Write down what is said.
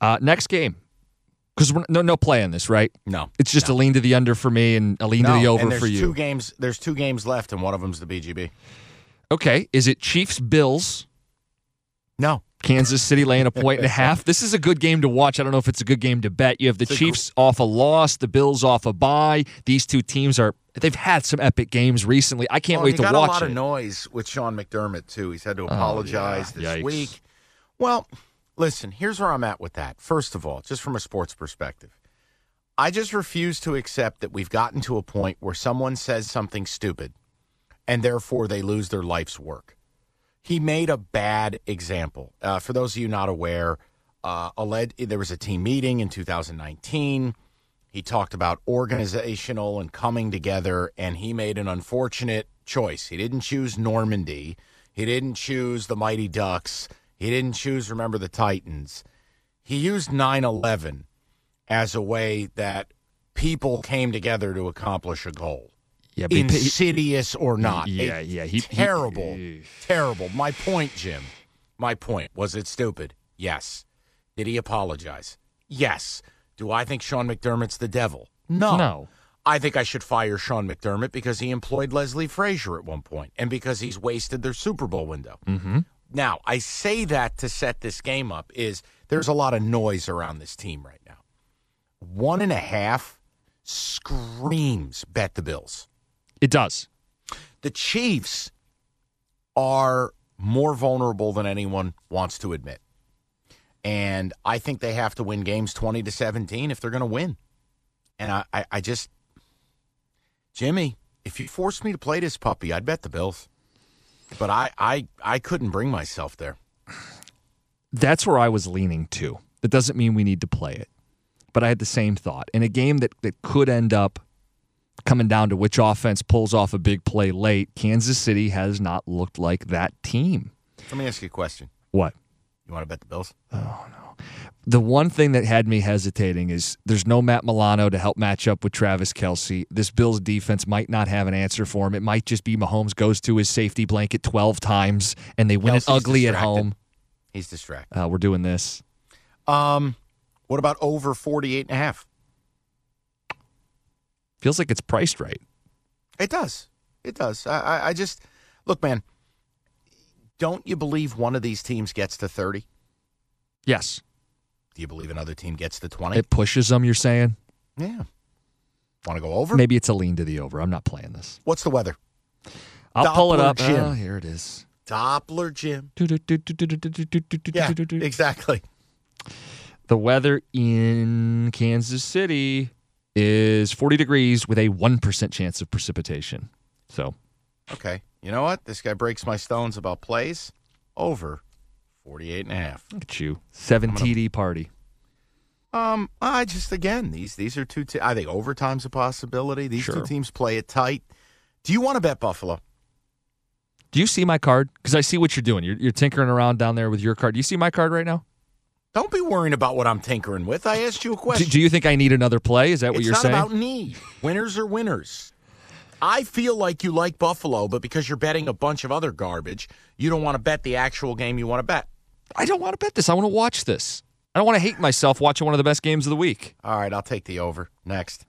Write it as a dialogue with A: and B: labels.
A: Uh, next game, because no no play on this, right?
B: No.
A: It's just a lean to the under for me and a lean
B: no.
A: to the
B: and
A: over
B: there's
A: for you.
B: Two games. There's two games left, and one of them's the BGB.
A: Okay, is it Chiefs Bills?
B: No.
A: Kansas City laying a point and a half. This is a good game to watch. I don't know if it's a good game to bet. You have the
B: a
A: Chiefs off a loss, the Bills off a bye. These two teams are they've had some epic games recently. I can't
B: Well,
A: wait
B: he
A: to
B: Oh, got
A: watch
B: a lot
A: it. Oh,
B: of noise with Sean McDermott too. He's had to apologize
A: yeah.
B: this
A: Yikes.
B: week. Well, listen, here's where I'm at with that. First of all, just from a sports perspective, I just refuse to accept that we've gotten to a point where someone says something stupid and therefore they lose their life's work. He made a bad example. Uh, for those of you not aware, uh, alleged, there was a team meeting in 2019. He talked about organizational and coming together, and he made an unfortunate choice. He didn't choose Normandy. He didn't choose the Mighty Ducks. He didn't choose Remember the Titans. He used 9 11 as a way that people came together to accomplish a goal
A: yeah, but he- he-
B: insidious or not.
A: Yeah,
B: A
A: yeah, he- he-
B: terrible,
A: eh.
B: terrible. My point, Jim. My point was it stupid. Yes. Did he apologize? Yes. Do I think Sean McDermott's the devil? No.
A: No.
B: I think I should fire Sean McDermott because he employed Leslie Frazier at one point and because he's wasted their Super Bowl window.
A: Mm-hmm.
B: Now, I say that to set this game up is there's a lot of noise around this team right now. One and a half screams bet the Bills
A: it does.
B: the Chiefs are more vulnerable than anyone wants to admit. And I think they have to win games 20 to 17 if they're going to win. And I, I, I just, Jimmy, if you forced me to play this puppy, I'd bet the Bills. But I, I, I couldn't bring myself there.
A: that's where I was leaning to. That doesn't mean we need to play it. But I had the same thought. In a game that, that could end up coming down to which offense pulls off a big play late, Kansas City has not looked like that team.
B: Let me ask you a question.
A: What?
B: You want to bet the Bills?
A: The one thing that had me hesitating is there's no Matt Milano to help match up with Travis Kelsey. This Bills defense might not have an answer for him. It might just be Mahomes goes to his safety blanket 12 times and they win
B: Kelsey's
A: it ugly
B: distracted.
A: at home.
B: He's distracted.
A: Uh, we're doing this.
B: Um, what about over 48 and a half?
A: Feels like it's priced right.
B: It does. It does. I, I, I just look, man. Don't you believe one of these teams gets to thirty?
A: Yes.
B: Do you believe another team gets to twenty?
A: It pushes them, you're saying?
B: Yeah. Want to go over?
A: Maybe it's a lean to the over. I'm not playing this.
B: What's the weather?
A: I'll pull it
B: Doppler
A: up.
B: Jim.
A: Oh, here it is.
B: Doppler Jim. Yeah,
A: The
B: exactly.
A: weather in Kansas City is 40 degrees with a 1% chance of precipitation. So,
B: Okay. You know what? This guy breaks my stones about plays over 48 and a half.
A: look at you. 7 TD party.
B: Um, I just again these these are two. Te- I think overtime's a possibility. These
A: Sure.
B: two teams play it tight. Do you want to bet Buffalo?
A: Do you see my card? Because I see what you're doing. You're, you're tinkering around down there with your card. Do you see my card right now?
B: Don't be worrying about what I'm tinkering with. I asked you a
A: Do,
B: question.
A: do you think I need another play? Is that what
B: it's
A: you're
B: not
A: saying?
B: about me. Winners are winners. I feel like you like Buffalo, but because you're betting a bunch of other garbage, you don't want to bet the actual game you want to bet.
A: I don't want to bet this. I want to watch this. I don't want to hate myself watching one of the best games of the week.
B: All right, I'll take the over. Next.